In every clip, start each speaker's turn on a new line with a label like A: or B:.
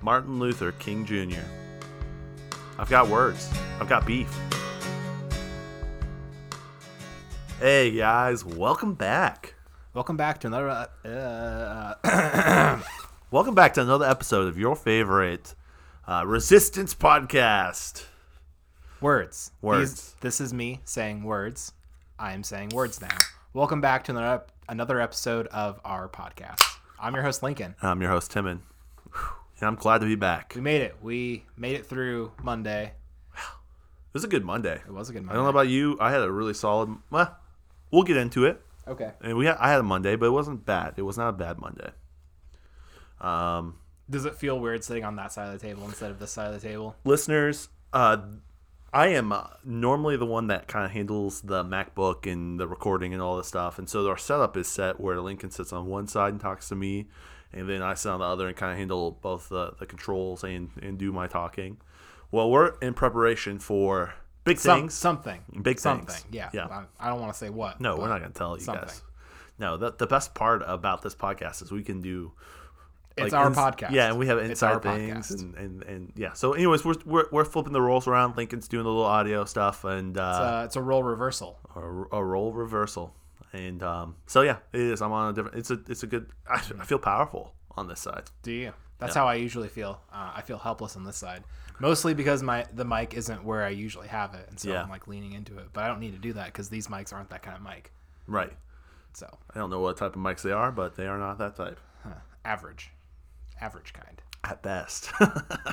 A: Martin Luther King Jr. I've got words. I've got beef. Hey guys, welcome back.
B: Welcome back to another. Uh, uh,
A: Welcome back to another episode of your favorite uh, Resistance podcast.
B: words. These-
A: Words.
B: this is me saying words. I'm saying words now. Welcome back to another another episode of our podcast. I'm your host Lincoln.
A: I'm your host Timon, and I'm glad to be back.
B: We
A: It
B: made it. We made it through Monday.
A: was a good Monday.
B: It was a good
A: I
B: Monday.
A: don't know about you. I had a really solid. Well, we'll get into it.
B: okay.
A: And we had, I had a Monday, but it wasn't bad. It was not a bad Monday. Um,
B: Does it feel weird sitting on that side of the table instead of this side of the table?
A: listeners, uh, I am uh, normally the one that kind of handles the MacBook and the recording and all this stuff. And so our setup is set where Lincoln sits on one side and talks to me, and then I sit on the other and kind of handle both the, the controls and, and do my talking. Well, we're in preparation for big
B: Some-
A: things.
B: something.
A: Big
B: something.
A: things.
B: Yeah.
A: Yeah.
B: I, I don't want to say what.
A: No,
B: but
A: we're not going to tell you
B: something.
A: guys. No, the, the best part about this podcast is we can do.
B: It's
A: like,
B: our
A: ins-
B: podcast.
A: Yeah, and we have
B: It's our
A: inside things
B: podcast.
A: and, and, and yeah. So, anyways, we're, we're, we're flipping the roles around. Lincoln's doing a little audio stuff and uh,
B: Uh, it's a role reversal.
A: a, a role reversal. And um, so yeah, it is. I'm on a different. It's a it's a good. I, I feel powerful on this side.
B: Do you? That's how I usually feel. Uh, I feel helpless on this side, mostly because my the mic isn't where I usually have it, and so
A: Yeah.
B: I'm like leaning into it. But I don't need to do that because these mics aren't that kind of mic.
A: Right.
B: So
A: I don't know what type of mics they are, but they are not that type.
B: huh, average, average kind.
A: At best.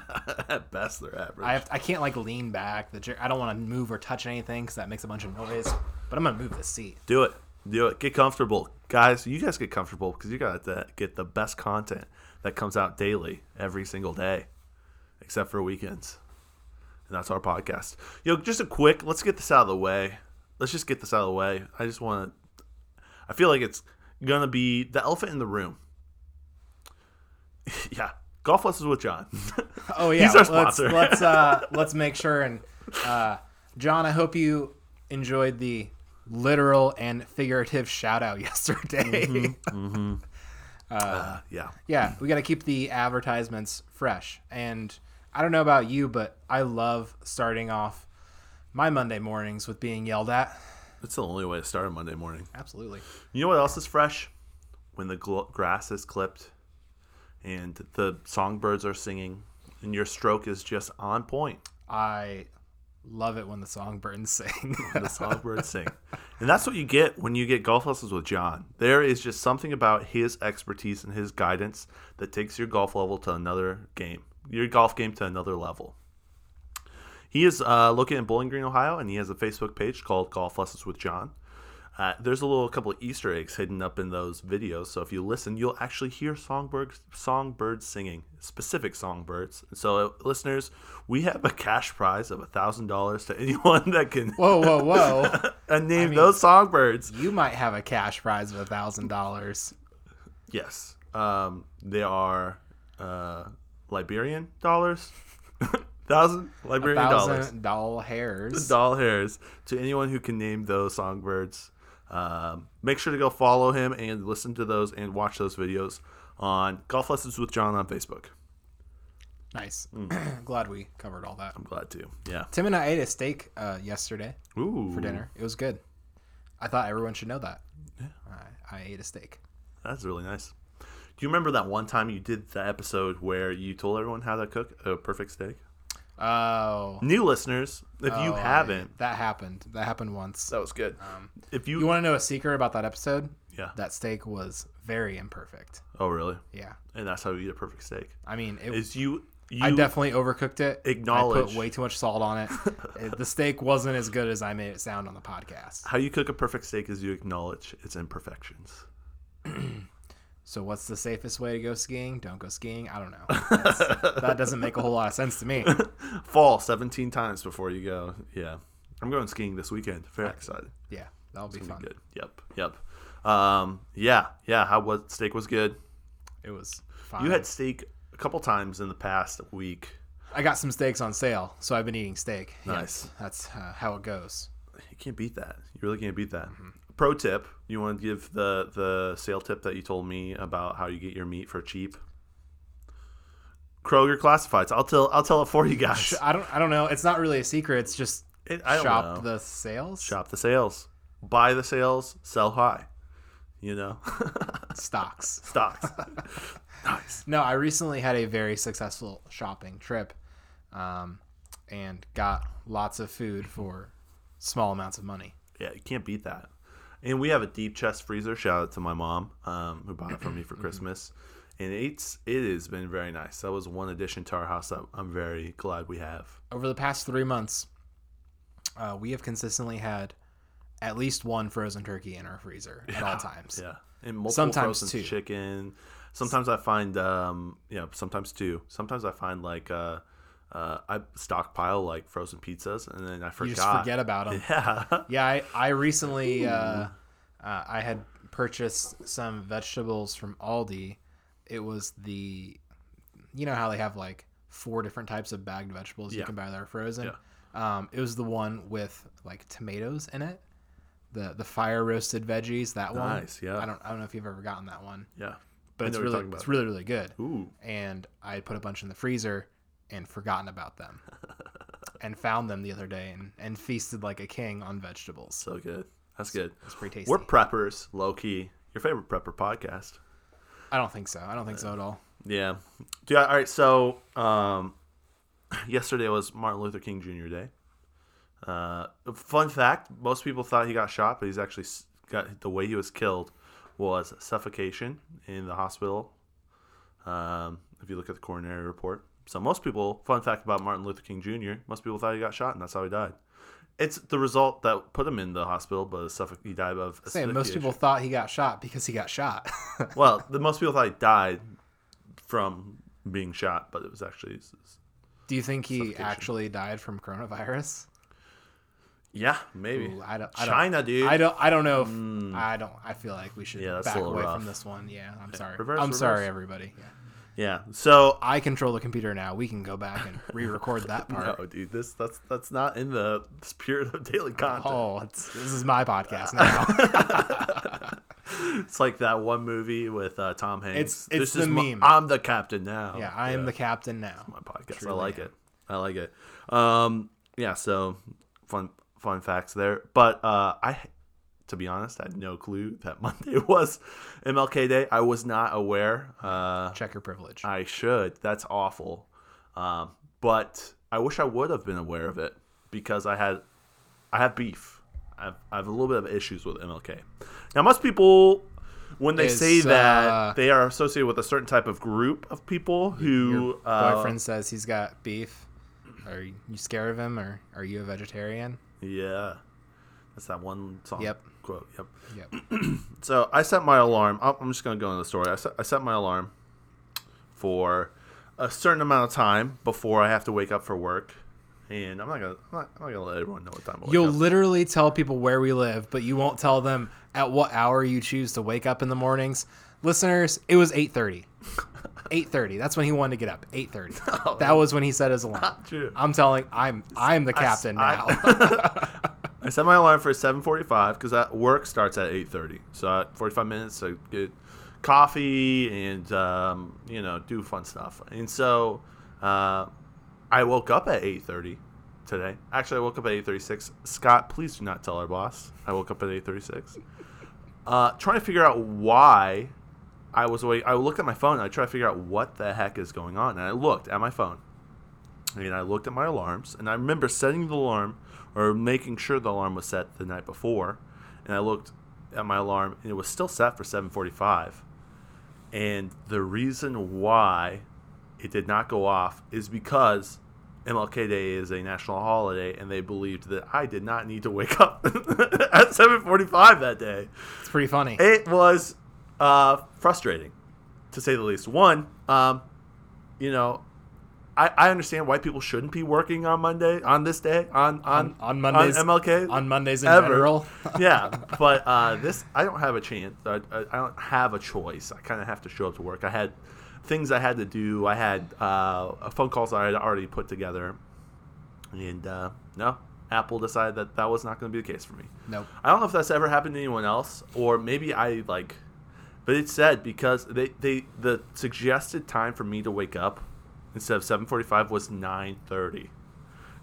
A: At best, they're average.
B: I have I can't like lean back. The chair, I don't want to move or touch anything because that makes a bunch of noise. But I'm gonna move the seat.
A: Do it. Do it. Get comfortable. Guys, you guys get comfortable because you got to get the best content that comes out daily every single day, except for weekends. And that's our podcast. Yo, just a quick, let's get this out of the way. Let's just get this out of the way. I just want to, I feel like it's going to be the elephant in the room. yeah. Golf lessons with John.
B: Oh yeah,
A: He's our
B: let's-
A: sponsor.
B: Let's uh, let's make sure and uh, John, I hope you enjoyed the literal and figurative shout out yesterday.
A: Uh, yeah.
B: yeah, we got to keep the advertisements fresh. And I don't know about you, but I love starting off my Monday mornings with being yelled at.
A: That's the only way to start a Monday morning.
B: Absolutely.
A: You know what else is fresh? When the gl- grass is clipped and the songbirds are singing and your stroke is just on point.
B: I love it when the songbirds sing.
A: The songbirds sing. And that's what you get when you get golf lessons with John. There is just something about his expertise and his guidance that takes your golf level to another game, your golf game to another level. He is uh, located in Bowling Green, Ohio, and he has a Facebook page called Golf Lessons with John. Uh, there's a little couple of Easter eggs hidden up in those videos, so if you listen, you'll actually hear songbirds, songbirds singing, specific songbirds. So, uh, listeners, we have a cash prize of thousand dollars to anyone that can
B: whoa, whoa, whoa.
A: and name those songbirds.
B: You might have a cash prize of a $1,000.
A: Yes, um, they are uh, Liberian dollars, thousand Liberian dollars,
B: Thousand doll hairs.
A: doll hairs to anyone who can name those songbirds. Um, make sure to go follow him and listen to those and watch those videos on Golf Lessons with John on Facebook.
B: Nice.
A: mm.
B: Glad we covered all that.
A: I'm glad to. Yeah.
B: Tim and I ate a steak uh, yesterday
A: Ooh.
B: for dinner. It was good. I thought everyone should know that. I, I ate a steak.
A: That's really nice. Do you remember that one time you did the episode where you told everyone how to cook a perfect steak?
B: Oh.
A: New listeners, if you
B: Oh, I-
A: haven't,
B: that happened. That happened once.
A: That was good. if you,
B: You want to know a secret about that episode?
A: yeah.
B: That steak was very imperfect.
A: oh, really?
B: Yeah.
A: And that's how you eat a perfect steak.
B: I mean, it,
A: Is you you
B: I definitely overcooked it. I
A: acknowledge-
B: put way too much salt on it. it. The steak wasn't as good as I made it sound on the podcast.
A: how you cook a perfect steak is you acknowledge its imperfections.
B: So, what's the safest way to go skiing? Don't go skiing. I don't know. That's- that doesn't make a whole lot of sense to me.
A: Fall seventeen times before you go. Yeah, I'm going skiing this weekend. Very excited.
B: Yeah, that'll be fun.
A: Good. Yep. Yep. Um. Yeah. Yeah. How was steak was good.
B: It was fine.
A: You had steak a couple times in the past week.
B: I got some steaks on sale, so I've been eating steak.
A: Nice.
B: Yes, that's uh, how it goes.
A: You can't beat that. You really can't beat that. Pro tip: You want to give the the sale tip that you told me about how you get your meat for cheap? Kroger classifieds. I'll tell I'll tell it for you guys.
B: I don't I don't know. It's not really a secret. It's just
A: It- I don't
B: shop
A: know.
B: the sales.
A: Shop the sales, buy the sales, sell high. You know,
B: stocks.
A: stocks. nice.
B: No, I recently had a very successful shopping trip, um, and got lots of food for small amounts of money.
A: Yeah, you can't beat that. And we have a deep chest freezer. Shout out to my mom, um, who bought it for me for Christmas. And it's it has been very nice. That was one addition to our house that I'm very glad we have.
B: Over the past three months, uh, we have consistently had at least one frozen turkey in our freezer at all times.
A: Yeah, and multiple
B: Sometimes
A: frozen
B: two.
A: chicken. Sometimes I find, um, yeah, sometimes two. Sometimes I find like uh, uh, I stockpile like frozen pizzas, and then I forgot.
B: You just forget about them.
A: Yeah,
B: Yeah, I, I recently uh, uh, I had purchased some vegetables from Aldi. It was the, you know how they have like four different types of bagged vegetables you
A: Yeah.
B: can buy that are frozen. Um, it was the one with like tomatoes in it, the the fire roasted veggies. That one.
A: Nice, yeah.
B: I don't I don't know if you've ever gotten that one,
A: yeah.
B: but
A: I
B: it's
A: know what you're
B: really
A: talking
B: it's
A: about.
B: really really good.
A: Ooh,
B: And I had put a bunch in the freezer and forgotten about them. And found them the other day and, and feasted like a king on vegetables.
A: so good. That's good.
B: It's pretty tasty.
A: We're preppers, low key. Your favorite prepper podcast.
B: I don't think so. I don't think so at all.
A: Yeah. Yeah. All right. So, um, yesterday was Martin Luther King Jr. Day. Uh, fun fact: most people thought he got shot, but he's actually s- got the way he was killed was suffocation in the hospital. Um, if you look at the coronary report, so most people. Fun fact about Martin Luther King Jr. Most people thought he got shot, and that's how he died. It's the result that put him in the hospital, but suffo- he died of.
B: Say most
A: asphyxiation.
B: people thought he got shot because he got shot.
A: Well, the most people thought he died from being shot, but it was actually
B: Do you think he
A: Suffocation.
B: actually died from coronavirus?
A: yeah, maybe
B: Ooh, I don't- I don't-
A: China, dude. Mm.
B: I don't. I don't know. If, I don't. I feel like we should
A: Yeah, that's a
B: back
A: little
B: away
A: rough.
B: from this one. Yeah, I'm sorry.
A: reverse,
B: I'm sorry,
A: reverse.
B: everybody.
A: yeah. So
B: I control the computer now. We can go back and re-record that part.
A: no, dude, this that's that's not in the spirit of daily content.
B: Oh, it's, this is my podcast now.
A: It's like that one movie with uh, Tom Hanks.
B: It's- it's
A: this
B: the
A: is my-
B: meme.
A: I'm the captain now.
B: yeah, I am the captain now.
A: my podcast. I
B: Truly
A: like
B: am.
A: it. I like it. Um, yeah. So fun fun facts there, but uh, I to be honest, I had no clue that Monday was MLK Day. I was not aware. Uh,
B: Check your privilege.
A: I should. That's awful. Um, but I wish I would have been aware of it because I had, I have beef. I've, I have a little bit of issues with MLK. Now, most people, when they
B: Is,
A: say that,
B: uh,
A: they are associated with a certain type of group of people who uh,
B: Boyfriend says he's got beef. Are you scared of him, or are you a vegetarian?
A: Yeah. That's that one song.
B: Yep.
A: Quote. Yep.
B: Yep.
A: So I set my alarm. I'm I'm just going to go into the story. I set, I set my alarm for a certain amount of time before I have to wake up for work. And I'm not gonna, I'm not, I'm not gonna let everyone know what time I wake
B: You'll
A: up.
B: literally tell people where we live, but you won't tell them at what hour you choose to wake up in the mornings. Listeners, it was 8:30. 8:30. That's when he wanted to get up. 8:30. that was when he set his alarm.
A: true.
B: I'm telling I'm I'm the captain now.
A: I set my alarm for 7:45 because that work starts at 8:30. So I, 45 minutes to get coffee and um, you know do fun stuff. And so uh, I woke up at 8:30 today. Actually, I woke up at 8:36. Scott, please do not tell our boss I woke up at 8:36. Uh, trying to figure out why I was awake. I looked at my phone. and I tried to figure out what the heck is going on. And I looked at my phone. And I looked at my alarms, and I remember setting the alarm or making sure the alarm was set the night before. And I looked at my alarm, and it was still set for 7:45. And the reason why it did not go off is because MLK Day is a national holiday, and they believed that I did not need to wake up at 7:45 that day.
B: It's pretty funny.
A: It was uh, frustrating, to say the least. One, um, you know, I, I understand why people shouldn't be working on Monday on this day on on
B: on Mondays-
A: MLK
B: On Mondays in
A: ever.
B: general.
A: yeah, but uh, this I don't have a chance. I, I, I don't have a choice. I kind of have to show up to work. I had things I had to do. I had uh, phone calls I had already put together, and uh, no, Apple decided that that was not going to be the case for me.
B: Nope.
A: I don't know if that's ever happened to anyone else, or maybe I like, but it said because they they the suggested time for me to wake up instead of 7:45 was 9:30.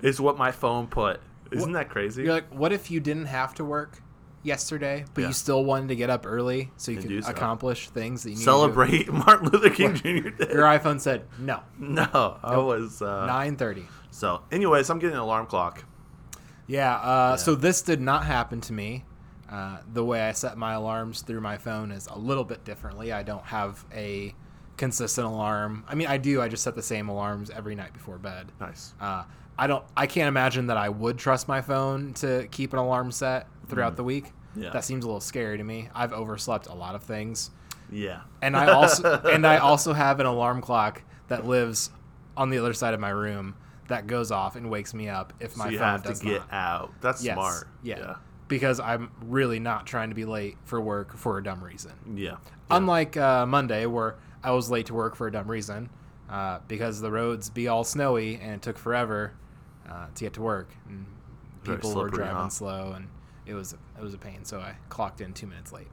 A: Is what my phone put. Isn't that crazy?
B: You're like, what if you didn't have to work yesterday, but
A: Yeah.
B: you still wanted to get up early so you
A: And do
B: could
A: stuff.
B: accomplish things that you need
A: Celebrate Martin Luther King Jr.
B: To
A: Day.
B: do? Your iPhone said no.
A: No, I was uh,
B: Nine thirty.
A: so. Anyways, I'm getting an alarm clock.
B: Yeah, uh, So this did not happen to me. Uh, the way I set my alarms through my phone is a little bit differently. I don't have a consistent alarm. I mean, I do. I just set the same alarms every night before bed.
A: Nice.
B: Uh, I don't. I can't imagine that I would trust my phone to keep an alarm set throughout the week.
A: Mm. Yeah.
B: That seems a little scary to me. I've overslept a lot of things,
A: Yeah.
B: and I also and I also have an alarm clock that lives on the other side of my room that goes off and wakes me up if my
A: so you
B: phone
A: have to
B: does
A: get
B: not.
A: out. That's
B: Yes.
A: smart.
B: Yeah. Because I'm really not trying to be late for work for a dumb reason.
A: Yeah. Yeah.
B: Unlike uh, Monday, where I was late to work for a dumb reason uh, because the roads be all snowy and it took forever uh, to get to work. And
A: Very
B: people were
A: slippery,
B: driving
A: huh?
B: slow and it was it was a pain. So I clocked in two minutes late.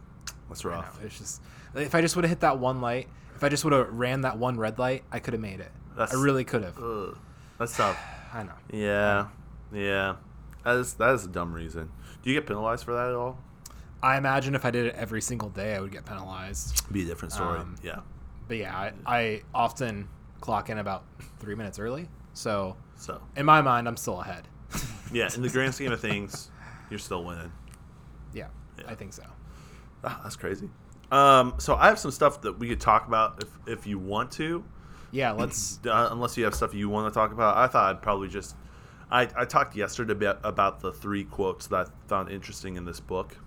A: That's
B: I know,
A: rough.
B: It's just if I just would have hit that one light, if I just would have ran that one red light, I could have made it.
A: That's-
B: I really could have.
A: Ugh. That's tough.
B: I know.
A: Yeah. Yeah. That is that is a dumb reason. Do you get penalized for that at all?
B: I imagine if I did it every single day, I would get penalized.
A: Be a different story.
B: Um,
A: yeah.
B: But yeah, I, I often clock in about three minutes early. So
A: So
B: in my mind, I'm still ahead.
A: yeah, in the grand scheme of things, you're still winning.
B: yeah,
A: Yeah.
B: I think so.
A: Ah, that's crazy. Um, so I have some stuff that we could talk about if if you want to.
B: Yeah, let's.
A: uh, unless you have stuff you want to talk about. I thought I'd probably just. I, I talked yesterday about, about the three quotes that I found interesting in this book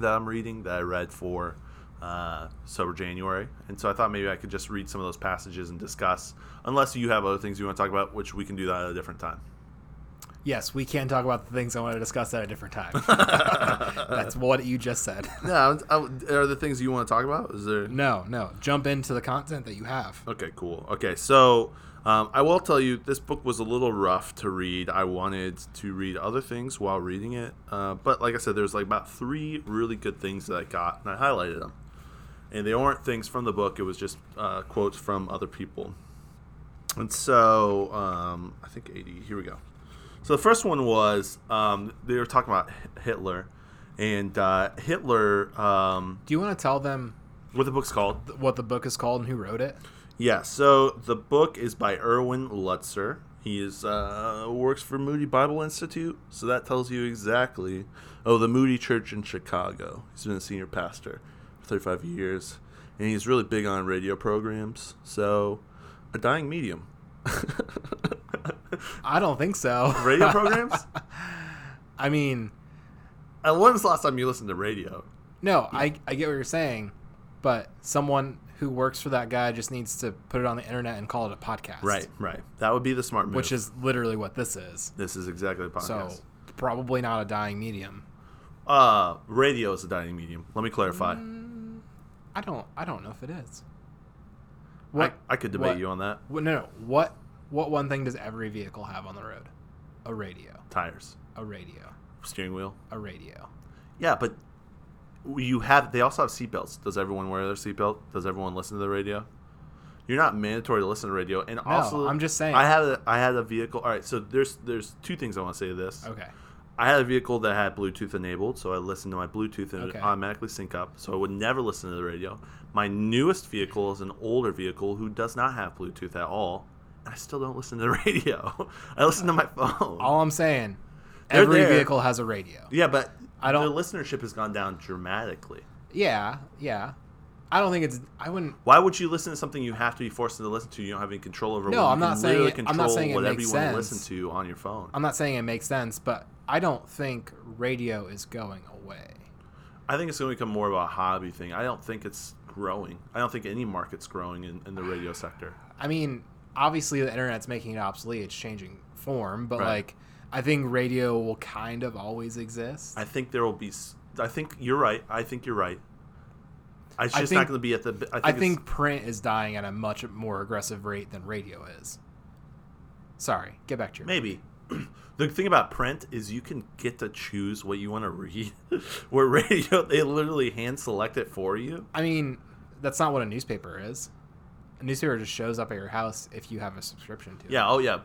A: that I'm reading that I read for uh, Sober January, and so I thought maybe I could just read some of those passages and discuss. Unless you have other things you want to talk about, which we can do that at a different time.
B: yes, we can talk about the things I want to discuss at a different time. That's what you just said.
A: No, are the things you want to talk about? Is there
B: No, no. Jump into the content that you have.
A: Okay, cool. Okay, so um, I will tell you, this book was a little rough to read. I wanted to read other things while reading it, uh, but like I said, there's like about three really good things that I got, and I highlighted them. And they weren't things from the book; it was just uh, quotes from other people. And so um, I think 80. Here we go. So the first one was um, they were talking about Hi- Hitler, and uh, Hitler. Um,
B: Do you want to tell them
A: what the book's called?
B: th- what the book is called and who wrote it?
A: Yeah, so the book is by Erwin Lutzer. He is uh, works for Moody Bible Institute, so that tells you exactly. Oh, the Moody Church in Chicago. He's been a senior pastor for 35 years, and he's really big on radio programs. So, a dying medium.
B: I don't think so.
A: radio programs?
B: I mean,
A: And when's the last time you listened to radio?
B: no, I, I get what you're saying, but someone who works for that guy just needs to put it on the internet and call it a podcast.
A: right. That would be the smart move.
B: Which is literally what this is.
A: this is exactly the
B: So
A: podcast.
B: probably not a dying medium.
A: uh, radio is a dying medium. Let me clarify.
B: Mm, I don't I don't know if it is.
A: I, I could debate
B: what-
A: you on that.
B: What, no, no. What what one thing does every vehicle have on the road? A radio.
A: Tires,
B: A radio.
A: steering wheel.
B: A radio.
A: Yeah, but you have. They also have seatbelts. Does everyone wear their seatbelt? Does everyone listen to the radio? You're not mandatory to listen to radio. And also,
B: I'm just saying.
A: I had a, I had a vehicle. All right, so there's there's two things I want to say to this.
B: Okay.
A: I had a vehicle that had Bluetooth enabled, so I listened to my Bluetooth and it
B: Okay.
A: would automatically sync up, so I would never listen to the radio. My newest vehicle is an older vehicle who does not have Bluetooth at all, and I still don't listen to the radio. I listen to my phone.
B: All I'm saying,
A: They're
B: every
A: there.
B: vehicle has a radio.
A: yeah, but
B: I don't-
A: the listenership has gone down dramatically.
B: Yeah, yeah. I don't think it's. I wouldn't.
A: Why would you listen to something you have to be forced to listen to? You don't have any control over.
B: No,
A: when you
B: I'm not
A: can
B: saying
A: literally
B: it- I'm not
A: control
B: saying it
A: whatever
B: makes
A: you want to
B: sense.
A: listen to on your phone.
B: I'm not saying it makes sense, but I don't think radio is going away.
A: I think it's going to become more of a hobby thing. I don't think it's growing. I don't think any market's growing in, in the radio sector.
B: I mean, obviously the internet's making it obsolete. It's changing form, but
A: Right.
B: like, I think radio will kind of always exist.
A: I think there will be. s- I think you're right. I think you're right. It's
B: I
A: just
B: think-
A: not going to be at the. b- I
B: I
A: think. it's-
B: think print is dying at a much more aggressive rate than radio is. Sorry, get back to your.
A: maybe. The thing about print is you can get to choose what you want to read. Where radio, they literally hand select it for you.
B: I mean, that's not what a newspaper is. a newspaper just shows up at your house if you have a subscription to. it.
A: Yeah. Oh, yeah.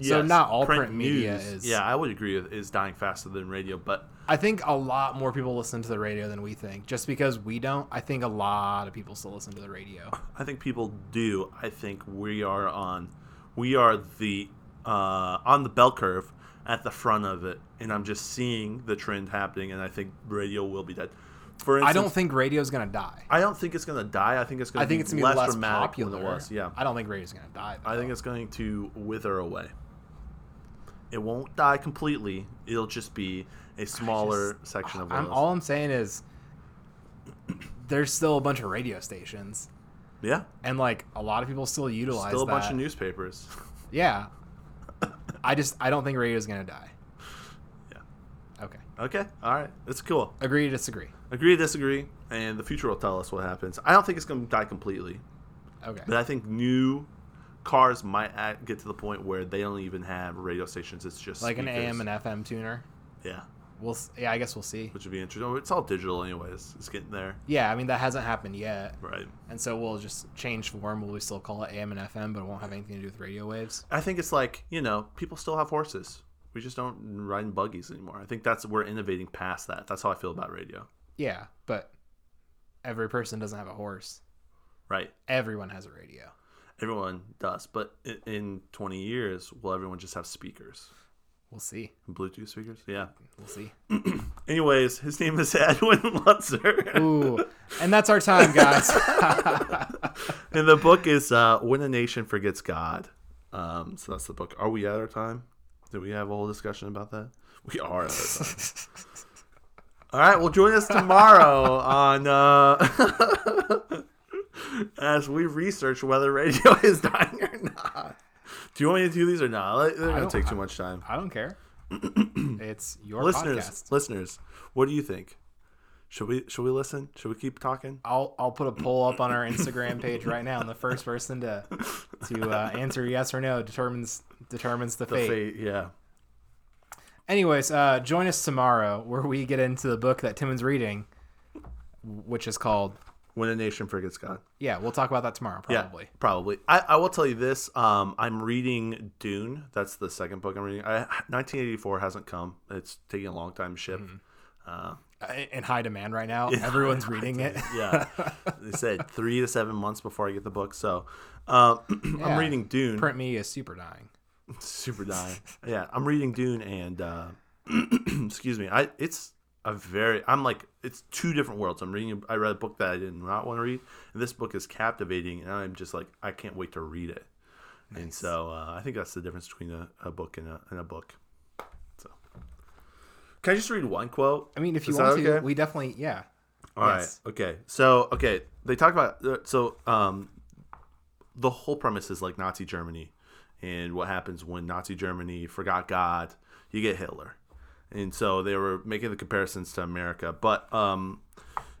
B: So not all print media is-
A: Yeah, I would agree. with- Is dying faster than radio, but
B: I think a lot more people listen to the radio than we think. Just because we don't, I think a lot of people still listen to the radio.
A: I think people do. I think we are on, we are the uh, on the bell curve at the front of it, and I'm just seeing the trend happening, and I think radio will be dead. For
B: I
A: instance,
B: don't think radio's gonna die.
A: I don't think it's gonna die. I think it's gonna.
B: I think
A: be
B: it's gonna
A: less,
B: be less
A: dramatic
B: popular.
A: than it was. Yeah,
B: I don't think radio's gonna die.
A: I think it's going to wither away. It won't die completely. It'll just be a smaller section of.
B: I'm,
A: us.
B: all I'm saying is, there's still a bunch of radio stations,
A: yeah,
B: and like a lot of people still utilize.
A: still a bunch
B: that.
A: of newspapers.
B: Yeah. I just I don't think radio's gonna die.
A: Yeah.
B: Okay.
A: okay, all right, it's cool.
B: Agree to disagree.
A: Agree, to disagree, and the future will tell us what happens. I don't think it's going to die completely,
B: Okay.
A: but I think new cars might act, get to the point where they don't even have radio stations. It's just
B: Like an
A: speakers.
B: AM and FM tuner.
A: yeah,
B: We'll s- yeah, I guess we'll see.
A: which would be interesting. Oh, It's all digital, anyways. It's getting there,
B: Yeah, I mean that hasn't happened yet.
A: right?
B: And so we'll just change form. We'll still call it AM and FM, but it won't have anything to do with radio waves.
A: I think it's like you know, people still have horses. We just don't ride in buggies anymore. I think that's we're innovating past that. That's how I feel about radio.
B: Yeah, but every person doesn't have a horse.
A: Right?
B: Everyone has a radio.
A: Everyone does, but i- in 20 years, will everyone just have speakers?
B: We'll see.
A: Bluetooth speakers? Yeah.
B: We'll see.
A: Anyways, his name is Edwin Lutzer,
B: Ooh, and that's our time, guys.
A: and the book is uh, "When a Nation Forgets God." Um, so that's the book. Are we at our time? Did we have a whole discussion about that? We are at our time. All right, well, join us tomorrow on uh, as we research whether radio is dying or not. Do you want me to do these or not? They're
B: I
A: gonna
B: don't-
A: take too much time.
B: I don't care. it's your
A: Listeners,
B: podcast.
A: listeners, what do you think? Should we should we listen? Should we keep talking?
B: I'll I'll put a poll up on our Instagram page right now, and the first person to to uh, answer yes or no determines determines the fate.
A: Fate, yeah.
B: Anyways, uh, join us tomorrow where we get into the book that Timon's reading, which is called.
A: When a nation forgets God.
B: Yeah, we'll talk about that tomorrow
A: Yeah,
B: probably.
A: probably. I, I will tell you this. Um, I'm reading Dune. That's the second book I'm reading. I, 1984 hasn't come. It's taking a long time to ship.
B: Mm-hmm. I- In high demand right now, everyone's reading it.
A: Yeah, they said three to seven months before I get the book. So uh, I'm
B: Yeah.
A: reading Dune.
B: Print me is super dying.
A: Super dying. yeah, I'm reading Dune, and uh, excuse me, I it's a very I'm like it's two different worlds. I'm reading. I read a book that I did not want to read, and this book is captivating, and I'm just like I can't wait to read it. And so uh, I think that's the difference between a, a book and a, and a book. So can I just read one quote?
B: I mean, if you
A: Is that
B: want to,
A: okay?
B: we definitely yeah.
A: All right.
B: Yes.
A: Okay. So okay, they talk about uh, so um, the whole premise is like Nazi Germany, and what happens when Nazi Germany forgot God, you get Hitler, and so they were making the comparisons to America. But um,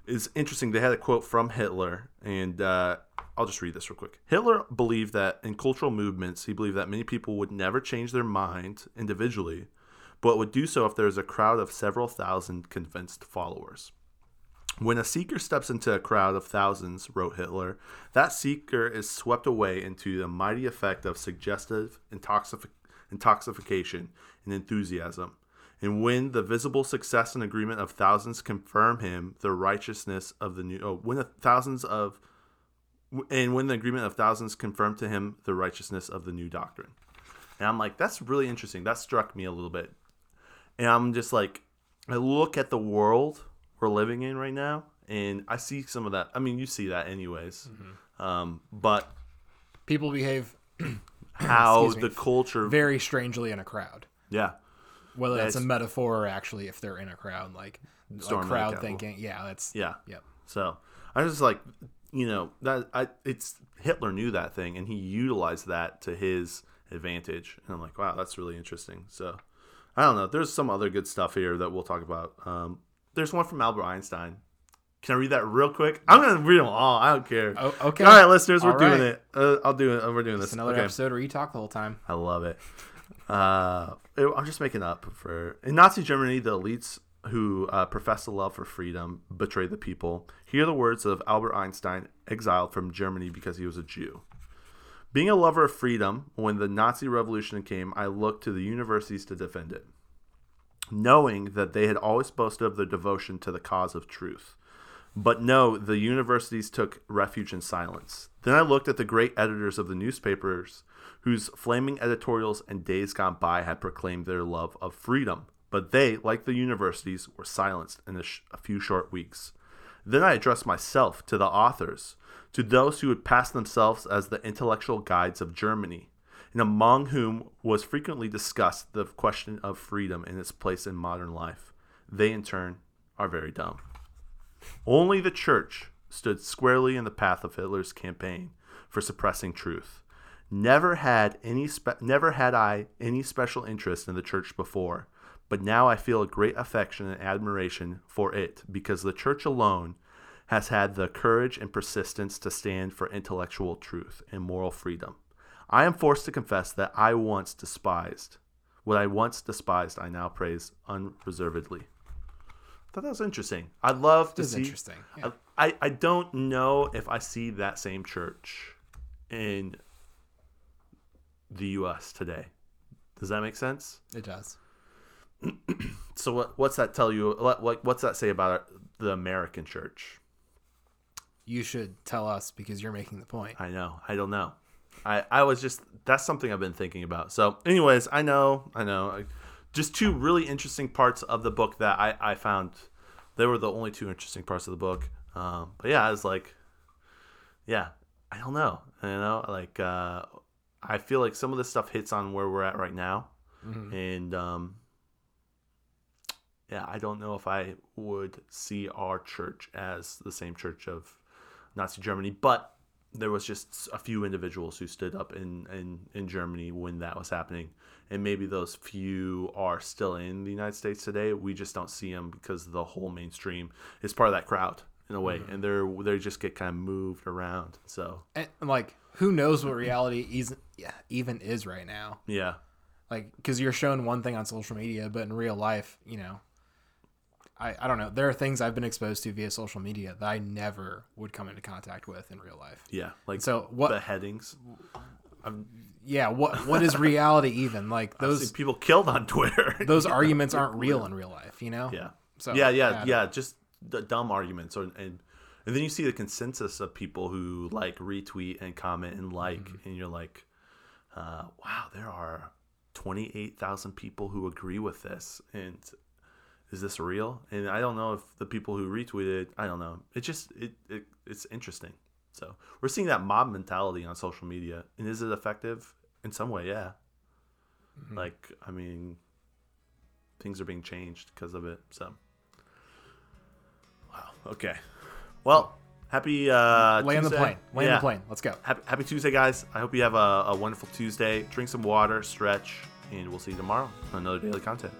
A: it's interesting. They had a quote from Hitler, and uh, I'll just read this real quick. Hitler believed that in cultural movements, he believed that many people would never change their mind individually, but would do so if there is a crowd of several thousand convinced followers. When a seeker steps into a crowd of thousands, wrote Hitler, that seeker is swept away into the mighty effect of suggestive intoxic- intoxication and enthusiasm. And when the visible success and agreement of thousands confirm him, the righteousness of the new. Oh, when the thousands of. And when the agreement of thousands confirmed to him the righteousness of the new doctrine. And I'm like, that's really interesting. That struck me a little bit and I'm just like, I look at the world we're living in right now, and I see some of that. I mean, you see that anyways,
B: Mm-hmm.
A: um, but
B: People behave
A: how
B: Excuse me.
A: the culture,
B: very strangely in a crowd.
A: yeah,
B: Whether that's,
A: That's-
B: a metaphor or actually if they're in a crowd, like, like
A: Storm at the
B: crowd
A: Capitol.
B: thinking. Yeah, that's
A: yeah,
B: Yep.
A: So I was just like, you know, that I it's Hitler knew that thing, and he utilized that to his advantage. And I'm like, wow, that's really interesting. So I don't know. There's some other good stuff here that we'll talk about. Um, there's one from Albert Einstein. Can I read that real quick? I'm gonna read them all. I don't care.
B: Oh, okay.
A: All right, listeners, we're
B: All
A: doing
B: right.
A: it. Uh, I'll do it. Uh, We're doing this.
B: It's another
A: Okay.
B: episode where you talk the whole time.
A: I love it. Uh, it- I'm just making up for in Nazi Germany. The elites who uh, professed a love for freedom betray the people. Hear the words of Albert Einstein, exiled from Germany because he was a Jew. Being a lover of freedom, when the Nazi revolution came, I looked to the universities to defend it, knowing that they had always boasted of their devotion to the cause of truth. But no, the universities took refuge in silence. Then I looked at the great editors of the newspapers, whose flaming editorials in days gone by had proclaimed their love of freedom. But they, like the universities, were silenced in a, sh- a few short weeks. Then I addressed myself to the authors, to those who would pass themselves as the intellectual guides of Germany, and among whom was frequently discussed the question of freedom and its place in modern life. They, in turn, are very dumb. Only the church stood squarely in the path of Hitler's campaign for suppressing truth. Never had any spe- never had I any special interest in the church before, but now I feel a great affection and admiration for it because the church alone has had the courage and persistence to stand for intellectual truth and moral freedom. I am forced to confess that I once despised what I once despised I now praise unreservedly. I thought that was interesting. I love to
B: This is
A: see
B: interesting. Yeah.
A: I, I don't know if I see that same church in the US today. Does that make sense?
B: It does.
A: So what what's that tell you what, what what's that say about our, the American church?
B: You should tell us because you're making the point.
A: I know. I don't know. I I was just that's something I've been thinking about. So anyways, I know, I know. I, just two really interesting parts of the book that I I found they were the only two interesting parts of the book. Um, but yeah, I was like yeah, I don't know. You know, like uh, I feel like some of this stuff hits on where we're at right now, and um, yeah, I don't know if I would see our church as the same church of Nazi Germany, but there was just a few individuals who stood up in, in, in Germany when that was happening, and maybe those few are still in the United States today. We just don't see them because the whole mainstream is part of that crowd in a way,
B: Mm-hmm.
A: and they're they just get kind of moved around. So
B: And, like, who knows what reality is, yeah, even is right now?
A: yeah,
B: like because you're shown one thing on social media but in real life you know I, I don't know there are things i've been exposed to via social media that i never would come into contact with in real life
A: yeah, like
B: so what
A: beheadings.
B: yeah what what is reality even like
A: I've
B: those
A: seen people killed on Twitter.
B: those arguments aren't real in real life you know
A: Yeah.
B: So,
A: yeah,
B: yeah,
A: yeah,
B: I
A: yeah. Just the dumb arguments, or, and and then you see the consensus of people who like retweet and comment and like, and you're like, uh, wow, there are twenty eight thousand people who agree with this, and is this real? And I don't know if the people who retweeted, I don't know. It just it, it it's interesting. So we're seeing that mob mentality on social media, and is it effective in some way? Yeah.
B: Mm-hmm.
A: Like I mean, things are being changed because of it. So. Okay. Well, happy uh,
B: lay on the
A: Tuesday.
B: plane lay on
A: Yeah.
B: the plane let's go
A: Happy, happy Tuesday, guys. I hope you have a, a wonderful Tuesday. Drink some water, stretch, and we'll see you tomorrow on another daily content.